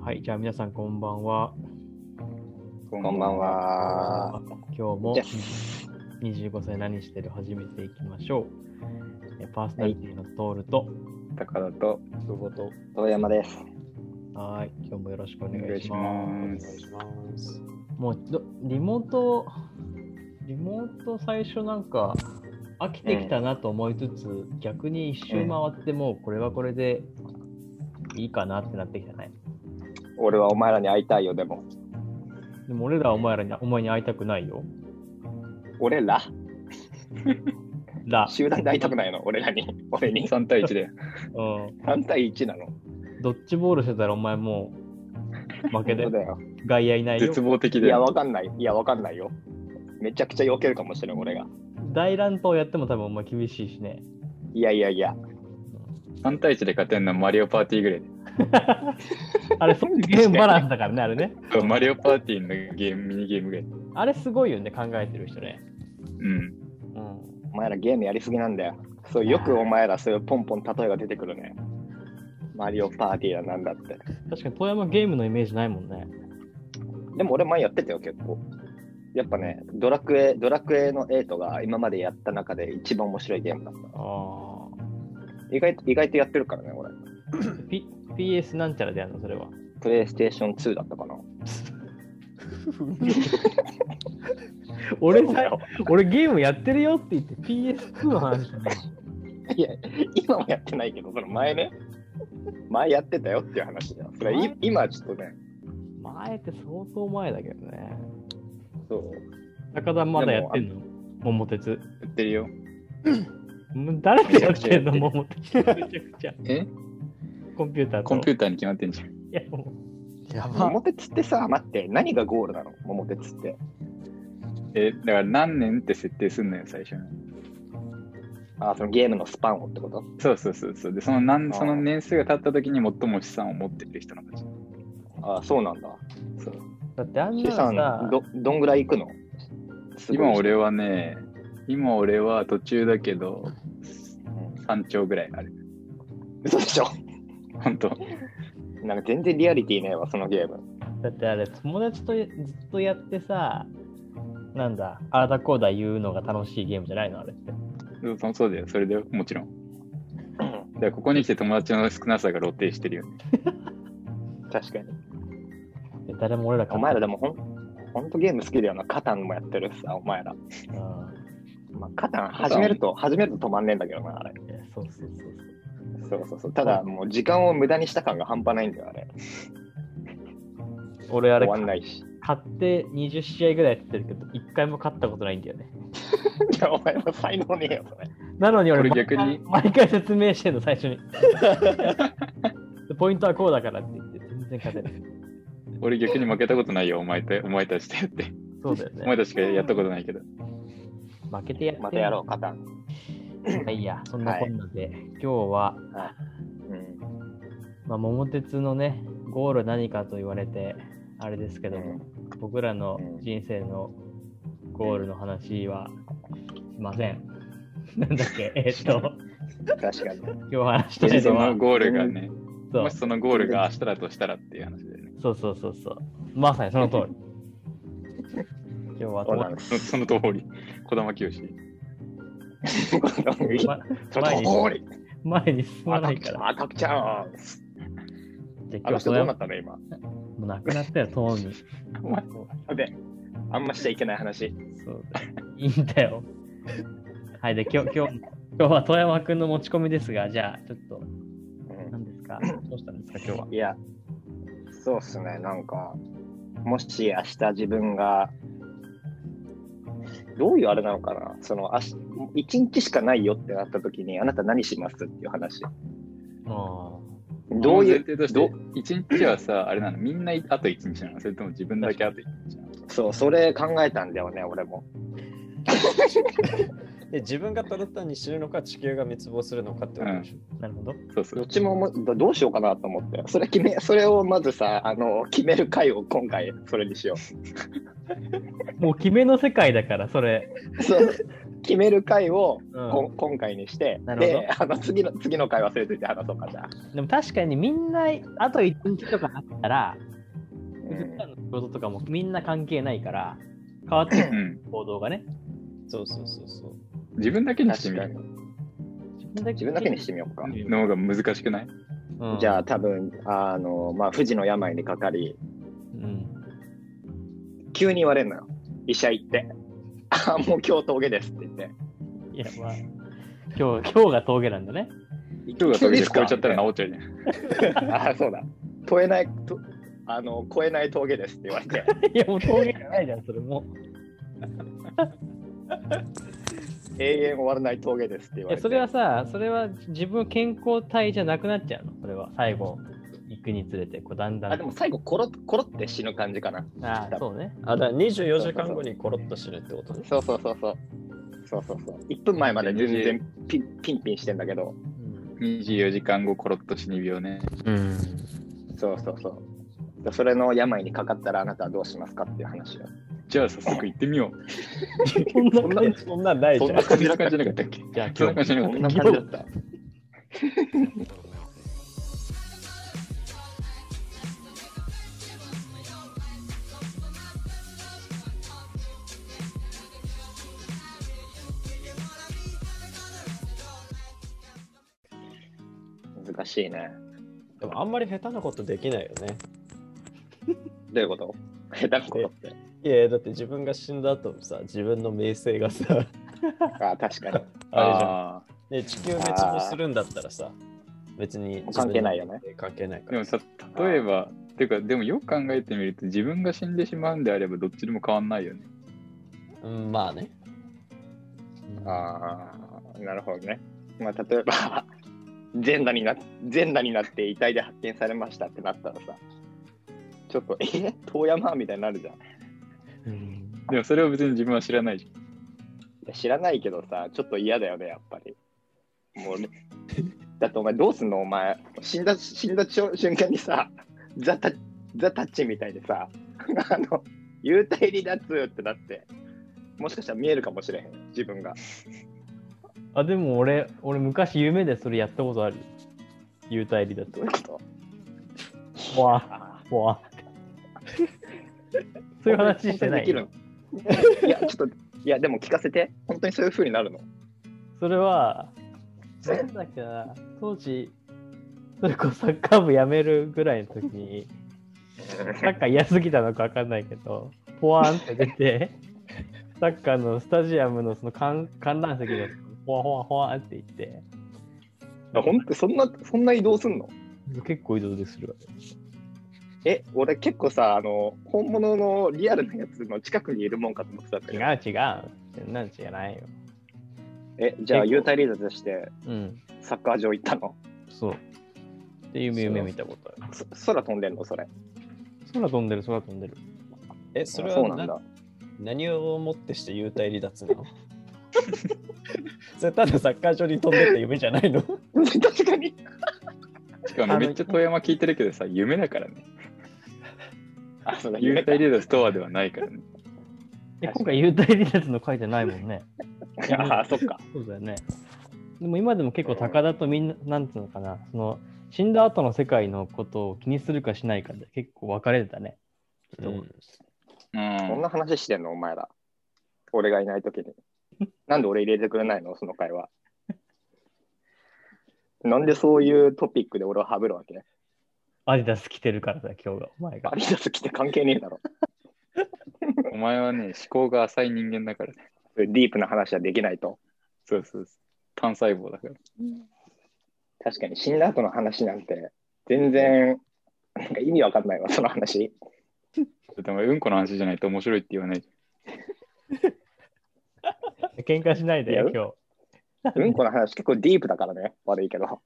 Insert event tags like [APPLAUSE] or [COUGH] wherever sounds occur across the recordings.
はい、じゃあ皆さんこんばんは。ここんばん。は。今日もです25歳何してる始めていきましょう。えパーソナリティのトールと、高田とロボと遠山です。はい、今日もよろしくおお願願いいししまます。す。お願いします。もうどリモート、リモート最初なんか飽きてきたなと思いつつ、逆に一周回ってもうこれはこれでいいかなってなってきたね。俺はお前らに会いたいよ、でも。でも俺らはお前らにお前に会いたくないよ。俺らら、集団で会いたくないの俺らに。俺に。 3対1で。う3対1なの。ん、ドッジボールしてたらお前もう負けでそうだよ。外野いないよ絶。望的いで。や、わかんない。いや、わかんないよ。めちゃくちゃ避けるかもしれん、俺が。大乱闘やっても多分お前厳しいしね。いやいやいや。 3対1で勝てんのはマリオパーティーぐらいであれ、そういうゲームバランスだ [LAUGHS] からね、あれね。そう。マリオパーティーのゲーム、ミニゲームぐらい。あれすごいよね、考えてる人ね。うん。うん、お前らゲームやりすぎなんだよ。そう、よくお前らそういうポンポン例えが出てくるね。マリオパーティーだなんだって。確かに遠山ゲームのイメージないもんね。でも俺前やってたよ、結構。やっぱね、ドラクエ、ドラクエの8が今までやった中で一番面白いゲームだった。あ意外と、意外とやってるからね、俺。あ。P- PS なんちゃらでやるの、それは。プレイステーション2だったかな。俺さ、俺ゲームやってるよって言って PS2 の話だね。いや、 [LAUGHS] 今もやってないけど、その前ね。前やってたよっていう話だよ。それい前今はちょっとね、前って相当前だけどね。そう。高田まだやってんの桃鉄。やってるよ。もう誰とやってんの桃鉄。めちゃくちゃ。えコンピューターと。コンピューターに決まってんじゃん。いやもやば。桃鉄ってさ、待って、何がゴールなの桃鉄って。え、だから何年って設定すんのよ、最初に。あ、そのゲームのスパンをってことそうそうそうそう。で、そのあ何ーその年数が経った時に最も資産を持ってる人の勝ち。あ、そうなんだ。そう。うだってあんな資のさ産、ど、どんぐらい行くのすごい今俺はね、今俺は途中だけど、3兆ぐらいある。嘘でしょ。ほんと。なんか全然リアリティねえわ、そのゲーム。だってあれ友達とずっとやってさ、なんだ、あらだこうだ言うのが楽しいゲームじゃないのあれって。そうそうそうだよ、それだよ、もちろん。だからここに来て友達の少なさが露呈してるよね。確かに。で誰も俺らお前らでもほん、ほんとゲーム好きだよな。カタンもやってるしさ、お前ら。も。まあ、カタン始めると、始めると止まんねえんだけどな、あれ。うんいやそうそうそうそう。そうそうそう。ただ、もう時間を無駄にした感が半端ないんだよ、あれ。俺あれ終わんないし。買って20試合ぐらいやってるけど、1回も勝ったことないんだよね。いや、お前は才能ねえよ、それ。なのに俺、これ逆に毎回毎回説明してんの、最初に。ポイントはこうだからって言って、全然勝てない。俺逆に負けたことないよ、お前とお前たちとやって。そうだよお前ね。たちしかやったことないけど。負けてやってんのまたやろう、カタン。まあいいや、そんなこんなで、今日は、うん。まあ、桃鉄のね、ゴール何かと言われて、あれですけども、僕らの人生のゴールの話はしません。なんだっ [LAUGHS] け、えーっと、確かに。今日話したもいしそのはの、ゴールがね、そうもしそのゴールが明日だとしたらっていう話だ [LAUGHS] よね。そうそうそうそう。まさにその通り。今日はそうなんでそその通り、児玉清。す。まその前に通り。前に進まないから。赤くちゃん。じゃああ今の日人そどれうなもったの、今。うなくなったよ、とうに。お前、で、あんましちゃいけない話。そうだいいんだよ。はい、で、今日、今日、今日は遠山くんの持ち込みですが、じゃあ、ちょっと、う何ですか [LAUGHS] どうしたんですか、今日は。ん、いや、そうっすね、なんか、もし明日自分が、どういうあれなのかな、その、明日一日しかないよってなった時に、あなた何しますっていう話。あどうい前提とう、しどて、一日はさ、あれなの、みんなあと一日なの、それとも自分だけあと一日なの。そう、それ考えたんだよね、俺も。で自分がただ単に死ぬのか地球が滅亡するのかってことでしょ。あ、なるほど。そうそどっう。ちももどどうしようかなと思って、それ決め、それをまずさ、あの、決める回を今回、それにしよもう、決めの世界だから、それ。う。そう決める回を、うこん今回にして、なるほどで、あの次の次の回忘れといて話そうかじゃあ。ん、でも確かにみんなあと1日とかあったら、普うん段の仕事とかもみんな関係ないから変わってくうるん。行動がねそうそうそうそう。自分だけにして確みかるに。自分自分だけにしてみようか。の方が難しくないうんじゃあ多分、あの、まあ、不治の病にかかり、うん急に言われるのよ。医者行って。あ、もう今日峠ですって言って。いやまあ今日今日が峠なんだね [LAUGHS] 今日がそれで急超にえちゃったらで治っちゃうじゃん。すかあ、そうだ。越えない、とあの、越えない峠ですって言われて。いやもう峠じゃないじゃんそれも永遠終わらない峠ですって言いわれやて。それはさそれは自分健康体じゃなくなっちゃうのそれは最後行くにつれてこうだんだんあ、でも最後、コロッ、コロって死ぬ感じかな。あーそうねあ、だから24時間後にコロッと死ぬってことね。そうそうそうそう。そうそうそう。1分前まで全然ピンピンピンしてんだけど。うん24時間後、コロッと死に病ね。うん。そうそうそう。でそれの病にかかったらあなたはどうしますかっていう話を。じゃあ早速行ってみよう。そんな、そんなんないじゃん。そんな感じじゃなかったっけじゃあそん今日な感じじゃこんななかったっけ感じだった。難しいね。でもあんまり下手なことできないよね。どういうこと下手なことって。いや、だって自分が死んだ後もさ、自分の名声がさ、ああ、確かに。 [LAUGHS] ああれじゃん。ね、地球滅亡するんだったらさ、別に関係ないよね。関係ないーかでらも。さ、例えば、てか、でもよく考えてみると、自分が死んでしまうんであれば、どっちでも変わんないよね。うん、まあね。ああ、なるほどね。まあ、例えば、 [LAUGHS] 全裸にな全裸になって遺体で発見されましたってなったらさ、ちょっと、え遠山みたいになるじゃん。いうんでもそれは別に自分は知らないじや知らないけどさ、ちょっと嫌だよね、やっぱり。もうね、だってお前どうすんのお前、死んだ、死んだ瞬間にさ、ザタザタッチみたいでさ、あの、幽体離脱ってなって、もしかしたら見えるかもしれへん、自分が。あでも俺俺昔夢でそれやったことある幽体離脱どういうことほわあーほわ [LAUGHS] そういう話してない本当にできるのいや、ちょっと、いや、でも聞かせて。本当にそういう風にな [LAUGHS] るの。それは、なんだっけな、当時、それこそサッカー部辞めるぐらいの時に、サッカー嫌すぎたのか分かんないけど、ポワーンって出て、 [LAUGHS] サッカーのスタジアムのその観観覧席で、ポワポワポワって言って、本当そんな、そんな移動すんの結構移動でするわえ、俺結構さ、あの、本物のリアルなやつの近くにいるもんかと思ってたんだ違けうど。違う、そんなんじゃないよ。え、じゃあ、幽体離脱してうん、サッカー場行ったのそう。で、夢夢見たことある。そ空飛んでんのそれ。空飛んでる、空飛んでる。え、それあそうなはんなだ。 [LAUGHS] 何をもってして幽体離脱なの [LAUGHS] それただサッカー場に飛んでった夢じゃないの確かに。ゃん。しかもめっちゃ遠山聞いてるけどさ、夢だからね。 [LAUGHS] あ、そうだ、幽幽体体離脱とはではないからね。で、今回、幽体離脱の書いてないもんね。脱。 [LAUGHS] ああ、そっか。そうだよね。でも今でも結構高田とみんな、なんていうのかな、その死んだ後の世界のことを気にするかしないかで結構分かれてたね。う人んうこんん。な話してんのお前ら。俺がいないときに。なんで俺入れてくれないのその会話。なんでそういうトピックで俺をはぶるわけアディダス着てるからだ、今日が、お前がア。リダス来て関係ねえだろ。お前はね、思考が浅い人間だからね。そういうディープな話はできないと。そうそうそう。単細胞だから。確かに死んだ後の話なんて、全然、なんか意味わかんないわ、その話。だってお前、うんこの話じゃないと面白いって言わないじ喧嘩しないでいやよ、今日。うんこの話結構ディープだからね、悪いけど。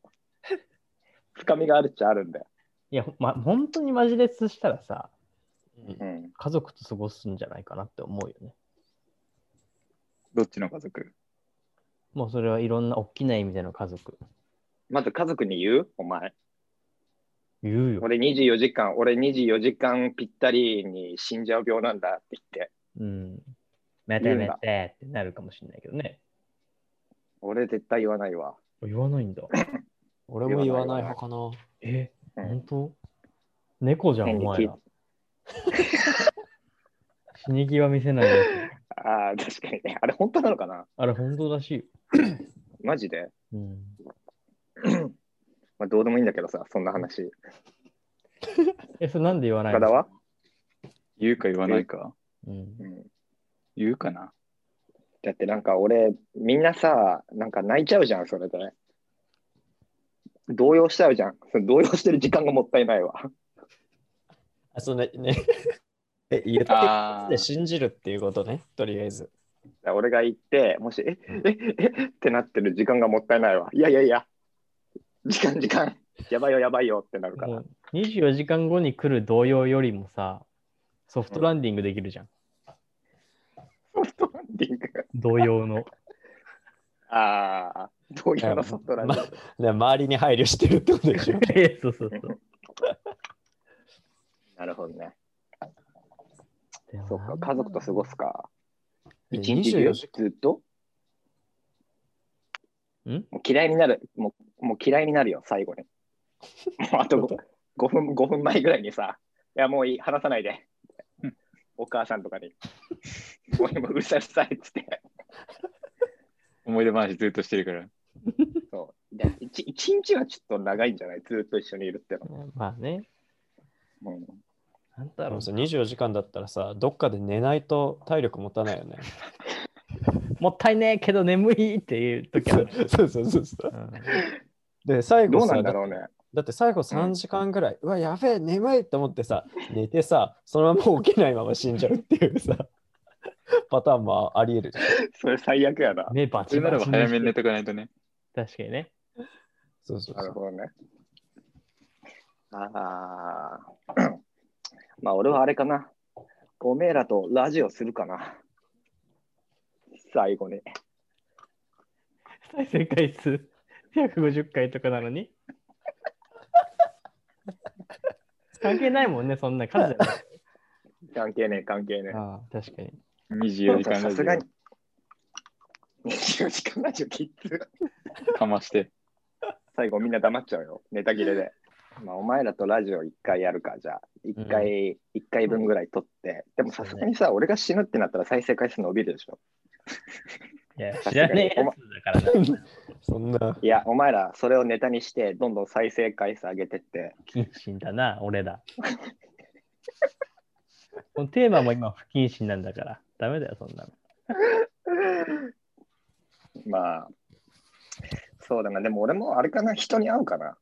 深みがあるっちゃあるんだよ。いや、ほま、本当にマジレスしたらさ、うん。家族と過ごすんじゃないかなって思うよね。ゃん。どっちの家族もうそれはいろんな大きな意味での家族。まず家族に言うお前。言うよ。俺24時間、俺24時間ぴったりに死んじゃう病なんだって言って。うん。寝言てうん寝だてってなるかもしれないけどね。俺絶対言わないわ。言わないんだ。俺も言わない派かな。え、うん本当猫じゃん、お変に前聞いら。死に際見せないやつ。ああ、確かにね。あれ本当なのかなあれ、本当らしいよ。マジで、うん。まあ、どうでもいいんだけどさ、そんな話。え、それなんで言わない岡田は、言うか言わないか。うん。うん、言うかな。だってなんか俺、みんなさ、なんか泣いちゃうじゃん、それで。動揺しちゃうじゃん。その動揺してる時間がもったいないわ。あ、そうね。ねえ、言ってあで信じるっていうことね、とりあえず。俺が言って、もし、え、え、ええってなってる時間がもったいないわ。いやいやいや、時間時間、やばいよやばいよってなるから。もう24時間後に来る動揺よりもさ、ソフトランディングできるじゃん。ソフトランディング。動揺の。ああ、同様のソフトランディング。で周りに配慮してるってことでしょ。えそうそうそう。なるほどね。でもそっか、家族と過ごすか。え一日中24ず時っとんもう嫌いになる。もうもう嫌いになるよ、最後に。もうあと 5, 分5分前ぐらいにさ、いやもういい、話さないでうん。お母さんとかに。もうもうるさいうるさいっつって。思い出話ずっとしてるから。そう。で一一日はちょっと長いんじゃないずっと一緒にいるってのまあね。も。うん [LAUGHS] なんだあろうのさ24時間だったらさ、どっかで寝ないと体力持たないよね。もったいねえけど眠いっていう時ある。そうそうそうそう。うんで、最ど後うさなんだろうね。だって最後3時間ぐらい、うわ、やべえ、眠いと思ってさ、寝てさ、そのまま起きないまま死んじゃうっていうさ、 [LAUGHS] パターンもあり得るじゃん。それ最悪やな。目バそチれなバらばチ早めに寝してとかないとね。確かにね。そうそうなそるう。ほどね。ああ。 [COUGHS] まあ、俺はあれかな。おめえらとラジオするかな。最後に。 [LAUGHS] 再生回数150回とかなのに。関係ないもんね、そんな数じゃない。関係ねえ、関係ねああ確かに。 24え。時間さラジすがにオ。 24時間ラジオきつ。かまして。最後みんな黙っちゃうよ。ネタ切れで。まあ、お前らとラジオ一回やるか、じゃあ。一回、一、回分ぐらい撮って。でもさすがにさ、俺が死ぬってなったら再生回数伸びるでしょ。いや、さすが知らにねえやつだからな。そんな、いや、お前らそれをネタにして、どんどん再生回数上げてって。不謹慎だな、俺ら。このテーマも今不謹慎なんだから。ダメだよ、そんなの。まあ、そうだな。でも俺もあれかな、人に会うかな。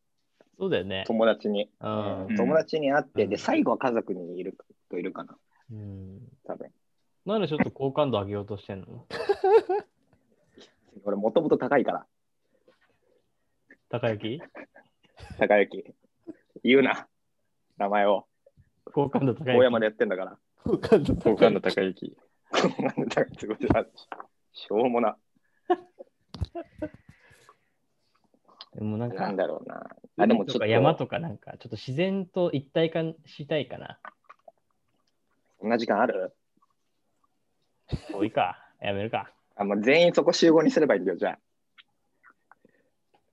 そうだよね。友達に。うんん友達に会って、うんで、最後は家族にいるといるかな。うん。多分。なんでちょっと好感度上げようとしてんの俺もともと高いから、高雪高雪。言うな。名前を。好感度高雪。大山でやってんだから。 [LAUGHS] 好感度高い好感度高い駅。すごいなしょうもな。でもなんなかん、だろうな。あ、あででももちちょょっと。山とかなんか、ちょっと自然と一体化したいかな。そんな時間ある遠いか。やめるか。あ、もう全員そこ集合にすればいいんだよ、じゃ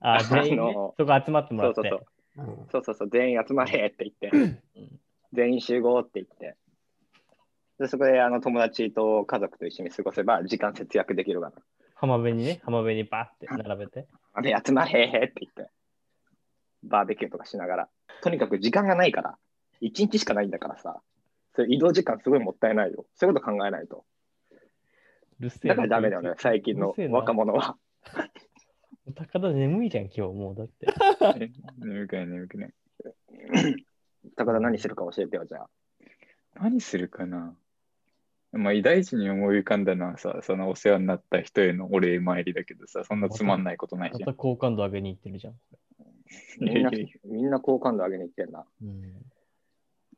あ。あ、全員、あねの、そこ集まってもそらうって。そうそう。うんそうそうそう、全員集まれって言って、全員集合って言って、でそこであの友達と家族と一緒に過ごせば時間節約できるかな。浜辺にね、浜辺にバーって並べて。あれ集まれって言って、バーベキューとかしながら、とにかく時間がないから、1日しかないんだからさ、それ移動時間すごいもったいないよ。そういうこと考えないと。うるせえ [LAUGHS] だからダメだよね、最近の若。者は。うるせえな高田眠いじゃん、今日もう。だって。 [LAUGHS] え眠くない眠くない。高田何するか教えてよ、じゃあ。何するかなまあ、大事に思い浮かんだのはさ、そのお世話になった人へのお礼参りだけどさ、そんなつまんないことないまじゃたん。好感度上げに行ってるじゃん。みんないやいやいや、みんな好感度上げに行ってんな。うん、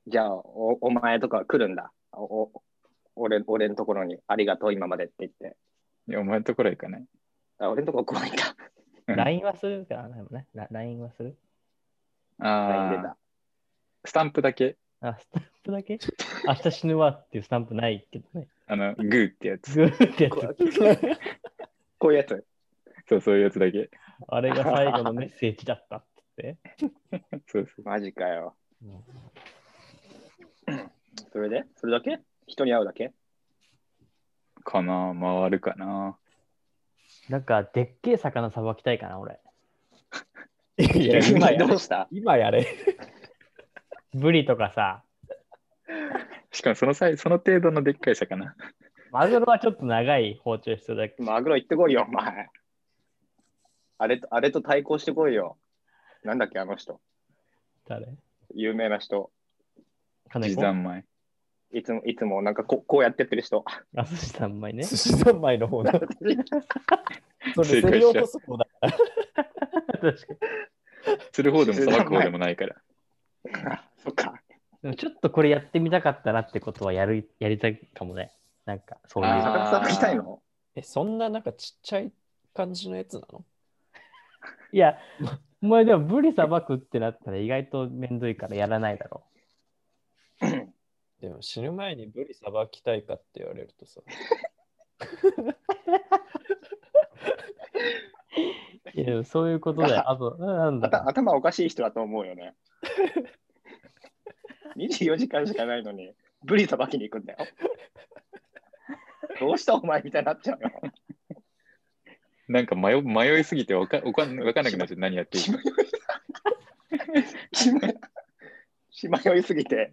じゃあ、おお前とか来るんだ。おお俺俺のところにありがとう今までって言って。いや、お前のところは行かない。あ俺のところ来ないんだ。うん LINE はするから、でもね。ラ LINE はする。あ LINE 出あた、。スタンプだけ、あ、スタンプだ [LAUGHS] け明日死ぬわっていうスタンプないけどね。あの、グーってやつ。グーってやつ。 [LAUGHS] こうこういうやつ。そう、そういうやつだけ。 [LAUGHS] あれが最後のメッセージだったってそうそう。マジかよ。うんそれでそれだけ人に会うだけかな回るかななんか、でっけえ魚さばきたいかな、俺。いや、今やどれう。した今やれ。ブリとかさ、しかもその際、その程度のでっかい魚。マグロはちょっと長い包丁必要だけど、マグロ行ってこいよ、お前。あれと、あれと対抗してこいよ。なんだっけ、あの人。誰有名な人。金地子三昧。いつも、いつもなんかここうやってってる人。あ、そしたらうまいね。寿司三昧の方だ。そ正解しれ、競りちゃう落とす方だ。確かに。する方でもさばく方でもないから。そっか。でもちょっとこれやってみたかったなってことはやる、やりたいかもね。なんか、そういう。あー魚さばきたいのえ、そんななんかちっちゃい感じのやつなのいや、お前でもブリさばくってなったら意外とめんどいからやらないだろでも死ぬ前にブリさばきたいかって言われるとさ。う。いや、そういうことだよ。あと、なんだ頭ろ頭おかしい人だと思うよね。24時間しかないのに、ブリさばきに行くんだよ。どうしたお前みたいになっちゃうよ。なんか迷迷いすぎてわかわかんわかんなくなっちゃう。何やっていいしかま。よいしましまよいすぎて、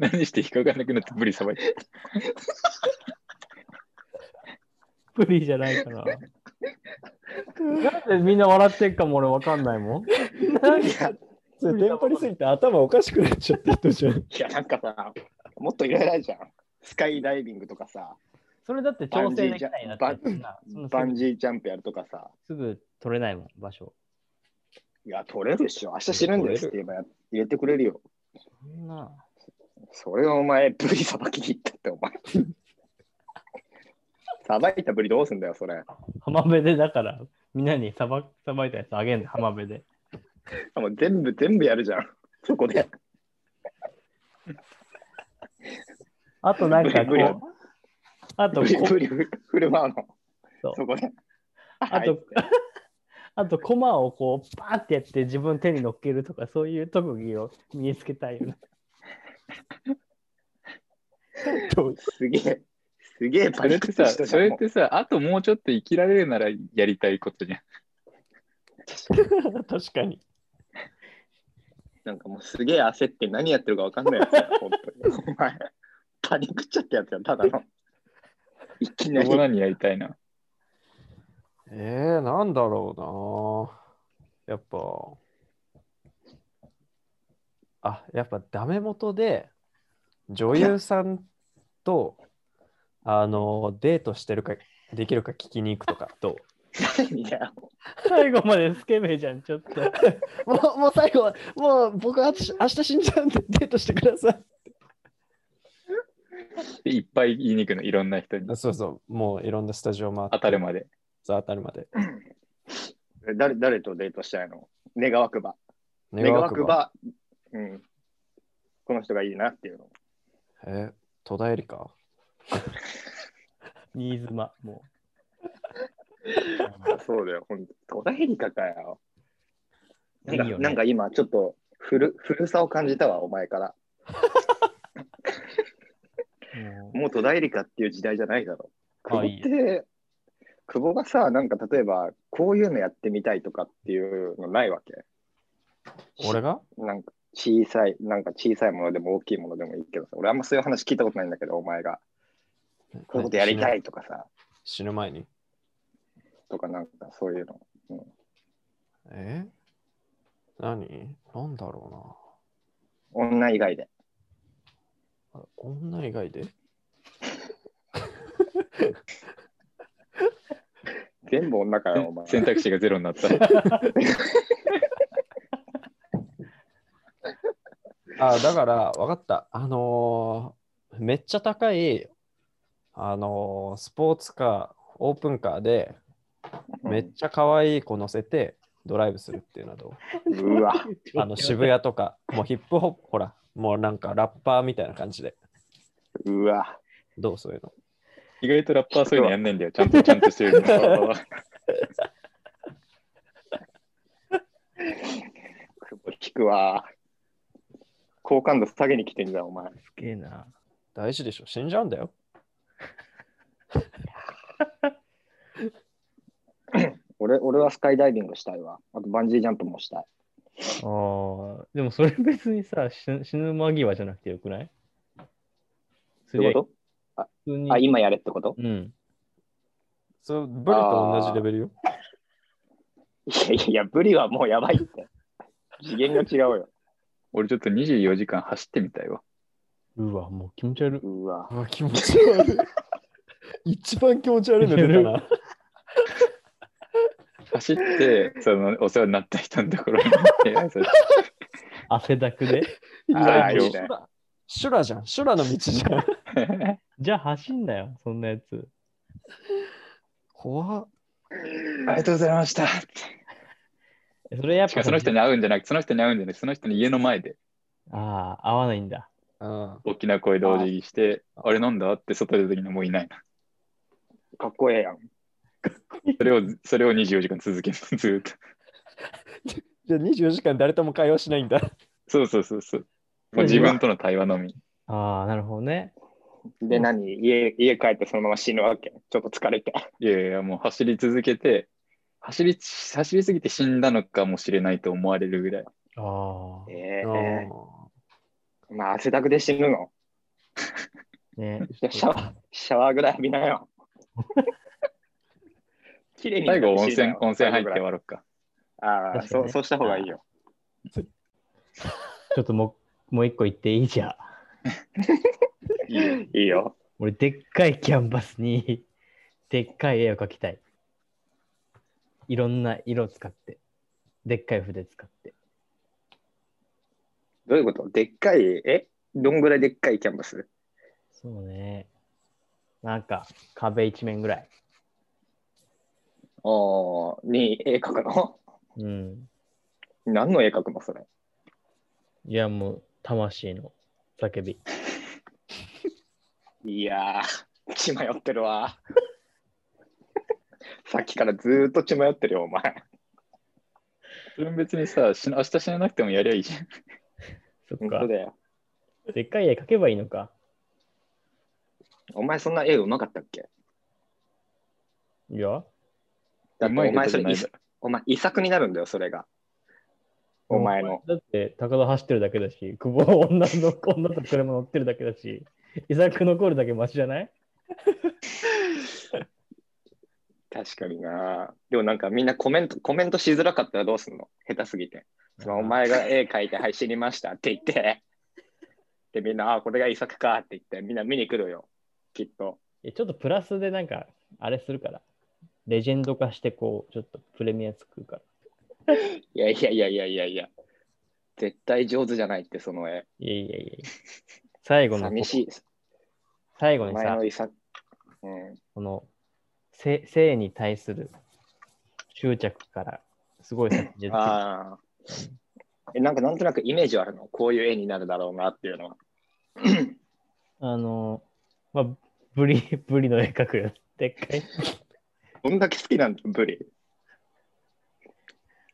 何していいかわかんなくなって無理さばいて。う。ブリじゃないかな。なんでみんな笑ってんかも俺わかんないもん。いや、それ、テンパりすぎて頭おかしくなっちゃった [LAUGHS] 人じゃん。いやなんかさ、もっといらないじゃん。スカイダイビングとかさ、それだって調整できないなってやつさ。そんなバすンぐジージャンプやるとかさ、すぐ取れないもん、場所。いや、取れるっしょ、明日死ぬんですって言えばや入れてくれるよ。そんな。それをお前、ブリさばきに行ったっ [LAUGHS] て、お前。さばいたブリどうすんだよ、それ。浜辺でだから、みんなにさばさばいたやつあげんだ、浜辺で。もう全部、全部やるじゃん。 [LAUGHS] そこで。あとなんかこブリブリう、あとブこリ、ブリ振る舞うの。そうそこで。あと、あと、コマをこう、パーってやって自分手に乗っけるとか、そういう特技を身につけたいよ [LAUGHS] ね。すげえ、すげえそパニッれっクてしたさ、人じゃんそれっもてさ、あともうちょっと生きられるならやりたいことじゃん。確かに。うなんかもうすげえ焦って何やってるか分かんないやつだよ、本当 [LAUGHS] に。お前、パニックっちゃったやつやん、ただの。 [LAUGHS] いきなそこ [LAUGHS] り。何やりたいな。えー、なんだろうな。やっぱ。あ、やっぱダメ元で女優さんとあのデートしてるかできるか聞きに行くとかと。何だよ最後までスケベじゃん、ちょっと。もうもう最後、もう僕は明日死んじゃうんでデートしてください。でいっぱい言いに行くの、いろんな人に。そうそう、もういろんなスタジオ回って当たるまで。そう当たるまで。誰誰とデートしたいの願わくば。願願わわくくば、ば。うん。この人がいいなっていうの。えー、戸田恵梨香新妻、もそうだよ、ほんと。戸田ヘリカかよ。う。なんかいいよねなんか今、ちょっと古古さを感じたわ、お前から。もうもう戸田恵梨香っていう時代じゃないだろう。久あ保って、久保がさ、なんか例えば、こういうのやってみたいとかっていうのないわけ。俺がなんか小さい、なんか小さいものでも大きいものでもいいけどさ、俺あんまそういう話聞いたことないんだけど、お前が。こういうことやりたいとかさ、死ぬ前に。とかなんかそういうの。え何なんだろ女以外で。うな。あ女以外で全部女からお前。選択肢がゼロになった。あ、だから、わかった。あのーめっちゃ高い、あのースポーツカー、オープンカーで、めっちゃ可愛い子乗せて、ドライブするっていうのはどううわ。あの渋谷とか、もうヒップホップ、ほら、もうなんかラッパーみたいな感じで、うわ。どうそういうの。意外とラッパーそういうのやんない [LAUGHS] んだよ。ちゃんとちゃんとしてるの。 [LAUGHS] 聞くわ。好感度下げに来てんじゃん、お前。すげえな。大事でしょ。死んじゃうんだよ。俺俺はスカイダイビングしたいわ。あとバンジージャンプもしたい。ああ、でもそれ別にさ、死ぬ死ぬ間際じゃなくてよくないどういう普こ通にとあ、今やれってこと [LAUGHS] うん。そう、ブリと同じレベルよ。いやいやいや、ブリはもうやばいって。次元が違うよ。俺ちょっと24時間走ってみたいわ。うわ、もう気持ち悪い。うわ。うわ気持ち悪い。 [LAUGHS] 一番気持ち悪いの出たな。走って、そのお世話になった人のところに行 [LAUGHS] って、それ汗だくで。 [LAUGHS] [LAUGHS] あーいやいいねシュラシュラじゃん。シュラの道じゃん。じゃあ走んなよ、そんなやつ。怖っ。ありがとうございました。えそれやっしぱかもその人に会うんじゃなくて、その人に会うんじゃなくて、その人の家の前でああ、合わないんだ。うん。大きな声でお辞儀して、あれなんだって外出た時にはもういないな。かっこええやん。それを、それを24時間続ける、ずーっと。じゃあ24時間誰とも会話しないんだ。そうそうそうそう。もう自分との対話のみ。ああ、なるほどね。で、何家家帰ってそのまま死ぬわけ。ちょっと疲れて。いやいや、もう走り続けて、走り、走りすぎて死んだのかもしれないと思われるぐらい。ああ。えうんえまあ、汗だくで死ぬの。ね。じゃあシャワー、シャワーぐらい浴びな [LAUGHS] よ。綺麗に最後、温死ぬ泉よ、温泉入って終あわろうか。あ、確かそにうねそうした方がいいよ。ちょっともう、もう一個言っていいじゃあ。いいよいいよ。俺、でっかいキャンバスに、でっかい絵を描きたい。いろんな色使って。でっかい筆使って。どういうことでっかい、えどんぐらいでっかいキャンバスそうね。なんか、壁一面ぐらい。おに絵描くのうん。 [LAUGHS] 何の絵描くのそれ。いや、もう、魂の叫び。いやー、血迷ってるわ。 [LAUGHS] さっきからずーっと血迷ってるよ、お前。それも別にさ、死な明日死ななくてもやりゃいいじゃん。そっ本か当。だよ。でっかい絵描けばいいのか。お前そんな絵うまかったっけいや、だっうてまおいこ前とそじゃれない遺だ作、お前遺作になるんだよ、それが。お前の。だって、高田走ってるだけだし、久保は女の女と車乗ってるだけだし、伊作残るだけマシじゃない確かにな。でもなんかみんなコメント、コメントしづらかったらどうすんの下手すぎて。そのお前が絵描いて、はい、知りましたって言って。で、みんな、あー、これが遺作かって言って、みんな見に来るよ。きっと。えちょっとプラスでなんか、あれするから。レジェンド化して、こう、ちょっとプレミアつくから。いやいやいやいやいやいや。絶対上手じゃないって、その絵。いやいやいやいや最後の、寂しい。最後おに前さの、遺作。うん。この性、性に対する執着から、すごいさ、出てくるああ。え、なんかなんとなくイメージはあるのこういう絵になるだろうなっていうのは。あの、まあ、ブリ、 [LAUGHS] ブリの絵描くよ。でっかい。どんだけ好きなんだ、[LAUGHS] ブリ。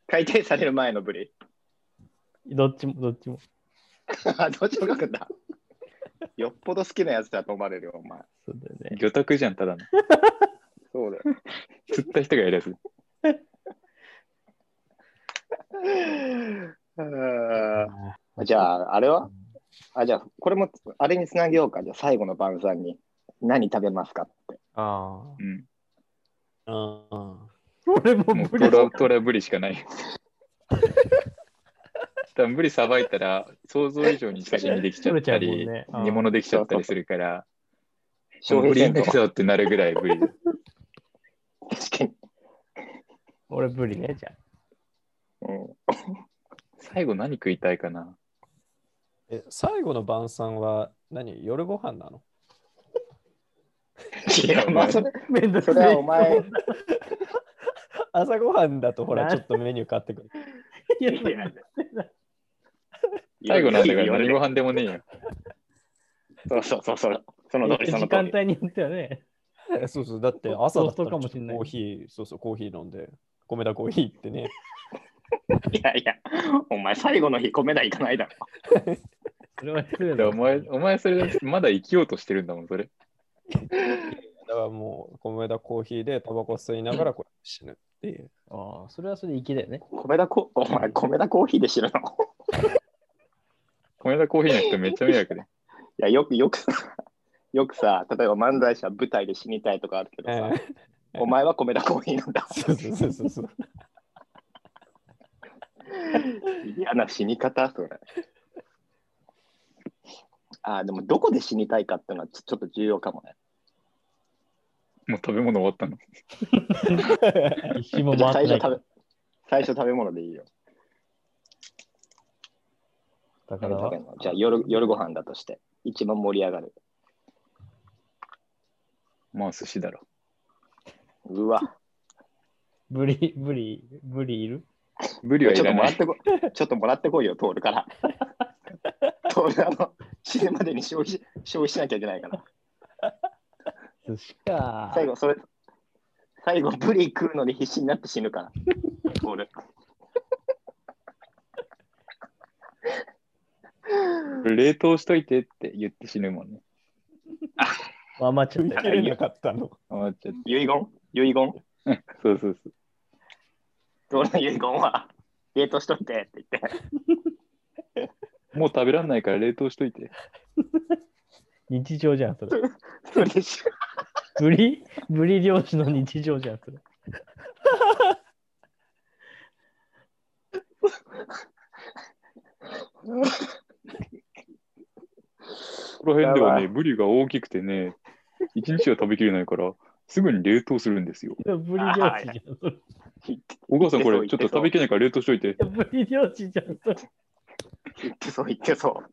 解体される前のブリ。どっちも、どっちも。 [LAUGHS] あどっちも書くんだ。よっぽど好きなやつだと思われるよ、お前。そうだよね。魚拓じゃん、ただの。そうだよ。釣った人がやるやつ。あーじゃあ、あれはあ、じゃあ、これも、あれにつなげようか。じゃあ、最後の晩餐に、何食べますかって。ああ。うん。うん。俺ももうブトリラ、トラブリしかない。多分ブリさばいたら、想像以上に刺身できちゃったり、取れちゃうもんね煮物できちゃったりするから、消ブ費リ戦んだけ確どってなるぐらいブリ。かに。俺ブリね、じゃあ。うん、最後何食いたいかなえ、最後の晩餐は何夜ご飯なの [LAUGHS] いや、まあ、それ、めんどそれはお前、朝ご飯だとほら、なちょっとメニュー買ってくる。 [LAUGHS] いやいや最後なんだからい何いごよ飯でもねえよ。そうそうそうそう。その通り、そ時の通間り。帯によってはね。そうそう、だって朝だったらそうそうかもしんないコーヒー、そうそう、コーヒー飲んで、米田コーヒーってね。いやいや、お前最後の日米田行かないだろ。それは失礼だかだ。らお前、お前それ、まだ生きようとしてるんだもん、それ。だからもう、米田コーヒーでタバコ吸いながらこう死ぬっていう。ああ、それはそれで粋だよ [LAUGHS] ね。米田コお前米田コーヒーで知るの。い米田コーヒーの人めっちゃ迷惑で。やよくよくさ、よくさ、例えば漫才師は舞台で死にたいとかあるけどさ、えお前は米田コーヒーなんだ。 [LAUGHS] そうそうそうそう。嫌な死に方、それ。あーでもどこで死にたいかっていうのはちょちょっと重要かもね。もう食べ物終わったの。一瞬もじゃあ回最ってないから初食べ。最初食べ物でいいよ。だか食べら、物じゃあ夜夜ご飯だとして、一番盛り上がる。まあ、寿司だろ。うわ、ブリ、ブリ、ブリいるブリちょはっいとらもらっない。てこ、ちょっともらってこいよ、通るから。通る、あの、死ぬまでに消費し、消費しなきゃいけないから。寿司か。最後、それ、最後、ブリ食うのに必死になって死ぬから。通る。冷凍しといてって言って死ぬもんね。まあまあちょっ食いと切れなかったの。あっちゃっ遺言遺言てそうそうそう。通るの遺言は、冷凍しといてって言って。もう食べらんないから冷凍しといて。日常じゃん、それ。それでしブリ、ブリ漁師の日常じゃん、それ。ここら辺ではやね、ブリが大きくてね、一日は食べきれないから、すぐに冷凍するんですよ。ブリ漁師じゃん、それ。お母さん、こ言れっちょてそっうと食べきれないから冷凍しといて。ブリ漁師じゃん、それ。言ってそう、言ってそう。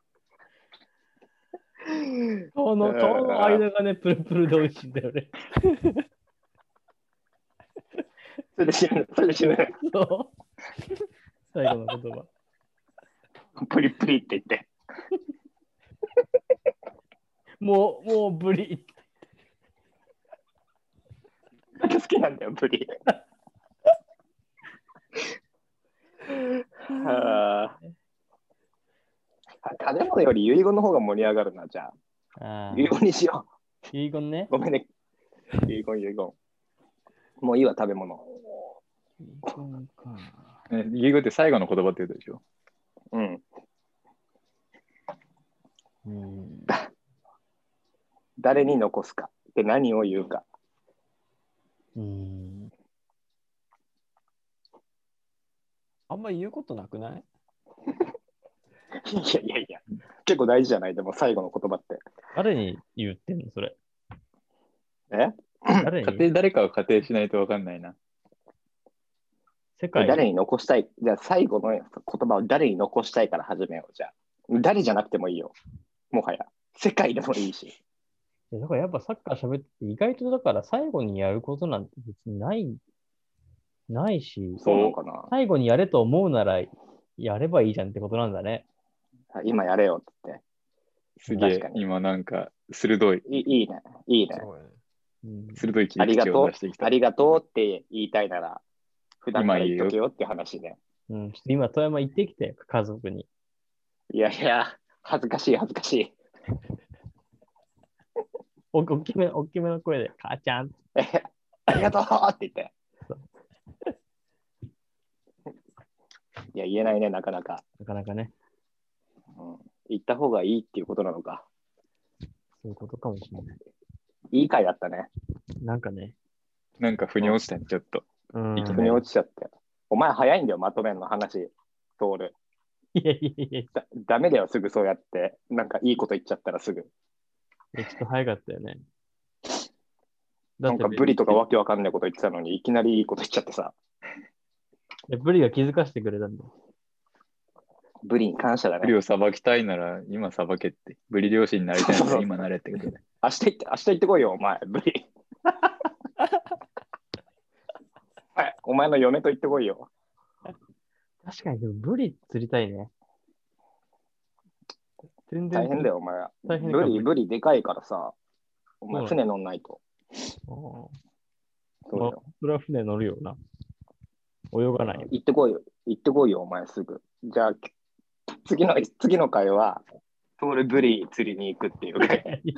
顔の、顔の間がね、プルプルで美味しいんだよね。それで死ぬ、それで死ぬ。そう。最後の言葉。プリプリって言って。もう、もうブリ。だけ好きなんだよ、ブリ。はあ食べ物より遺言の方が盛り上がるな、じゃあああ。遺。言にしよ遺言ねう。。ごめんね。遺言、遺言。もういいわ、食べ物。遺言か。ね、家語って最後の言葉って言うでしょ。うん。うん。誰に残すか。で、何を言うか。うん。あんま言うことなくないいやいやいや。結構大事じゃないでも最後の言葉って。誰に言ってんのそれ。え誰家に庭、誰かを仮定しないと分かんないな。世界誰に残したい。じゃあ最後の言葉を誰に残したいから始めよう。じゃあ。誰じゃなくてもいいよ。もはや。世界でもいいし。いやだからやっぱサッカー喋ってて意外とだから最後にやることなんて別にない、ないし、そうなのかな。最後にやれと思うならやればいいじゃんってことなんだね。あ今やれよってすげえ確か、に今なんか、鋭い、言って。いいいね。いいね。ごいね。うん、鋭い切ありりが口とをう出してき。たあ。りがとうって言いたいなら、普段から言っとけよって話ね。うん、ちょっと今富山行ってきて、家族に。いやいや、恥ずかしい、恥ずかしい。お大きめ、大きめの声で、母ちゃん。えありがとうって言って。いや、言えないね、なかなか。なかなかね、うん、言った方がいいっていうことなのか。そういうことかもしれない。いい回だったね。なんかね、なんか腑に落ちたね、ちょっと。うん、いいき腑なにり落ちちゃって。お前早いんだよ、まとめんの話。通る。や [LAUGHS] いやいやいだダメだよ、すぐそうやって。なんかいいこと言っちゃったらすぐ。や、ちょっと早かったよね。だなっんてかブリとかわけわかんないこと言ってたのに、いきなりいいこと言っちゃってさ、いやブリが気づかせてくれたんだ。ブリに感謝だブリね。をさばきたいなら、今さばけって。ブリ漁師になりたいなら、今なれってことで。明日行って、明日行ってこいよ、お前、ブ [LAUGHS] リ。はい、お前の嫁と行ってこいよ。確かに、でもブリ釣りたいね。全然大変だよ、お前は。大変かブリ、ブリでかいからさ、おそう前だ船乗んないと。そうよ。それは船乗るよな。泳がないよ。行ってこいよ。行ってこいよ、お前すぐ。じゃあ、次の、次の回は、トールブリ釣りに行くっていう回。 [LAUGHS]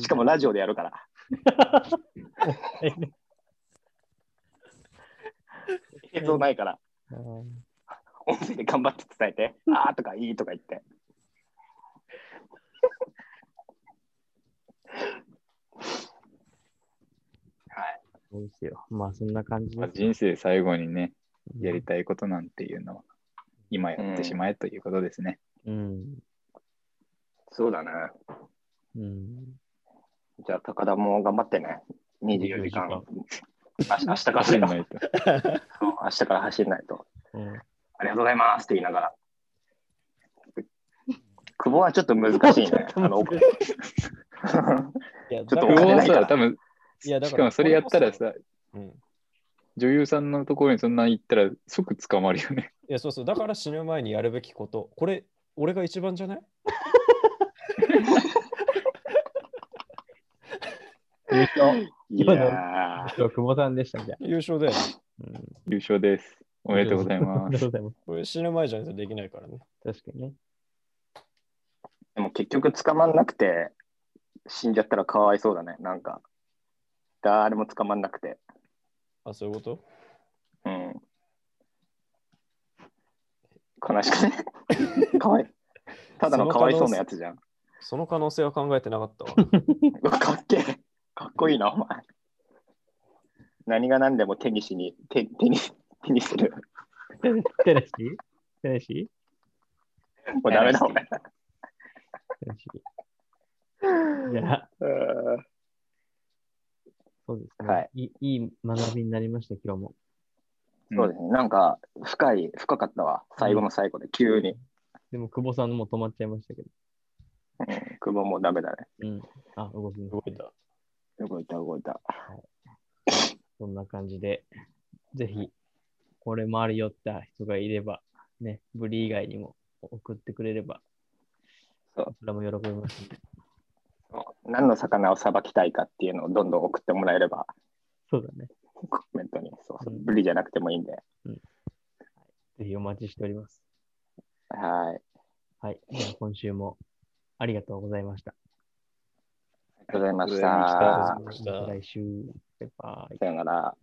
しかもラジオでやるから。映像ないから。音声で頑張って伝えて。あーとかいいとか言って。そうですよ。まあそんな感じまあです。人生最後にね、やりたいことなんていうのは、今やってしまえということですね。うん。そうだね。うん。じゃあ、高田も頑張ってね。24時間。 24あ明日から走走るんのな [LAUGHS] いと。明日から走んないと。うんありがとうございますって言いながら。久保は [LAUGHS] ちょっと難しいね。あの奥 [LAUGHS] いや、ちょっとだ僕からはお金ないからさ、多分いやだからしかもそれやったらさ、うん女優さんのところにそんなん行ったら即捕まるよね。 [LAUGHS] いや、そうそう、だから死ぬ前にやるべきこと。これ、俺が一番じゃない優勝。いやー今日、久保さんでしたじゃあ優勝で。うん優勝です。おめでとうございおま [LAUGHS] めですと。うございます。これ死ぬ前じゃないとできないからね。確かにね。でも結局捕まんなくて、死んじゃったらかわいそうだね。なんか、誰も捕まんなくて。あ、そういうことうん。悲しく [LAUGHS] ね。かわいただのかわいそうなやつじゃん。その可能性は考えてなかったわ。うわかっけえ。かっこいいな、お前。何が何でも手にしに、手手に、手にする。テネシーテネシーもうダメだ、お前。テネシー。いや、そうですね。はいいいいい学びになりました、今日も。そうですね。なんか、深い、深かったわ。最後の最後で、急に。でも、久保さんも止まっちゃいましたけど。久保もうダメだね。うん。あ、動きます動いた。動いた、動いた。そんな感じで、ぜひ、これもあるよって人がいれば、ね、ブリ以外にも送ってくれれば、そうこちらも喜びますんで。何の魚をさばきたいかっていうのをどんどん送ってもらえれば、そうだね。コメントに。そうそうう。んブリじゃなくてもいいんで。ぜひお待ちしております。はい。はい。じゃあ今週もありがとうございました。ありがとうございましありがとうございましたた。あまた来週。バイバイ。さよなら。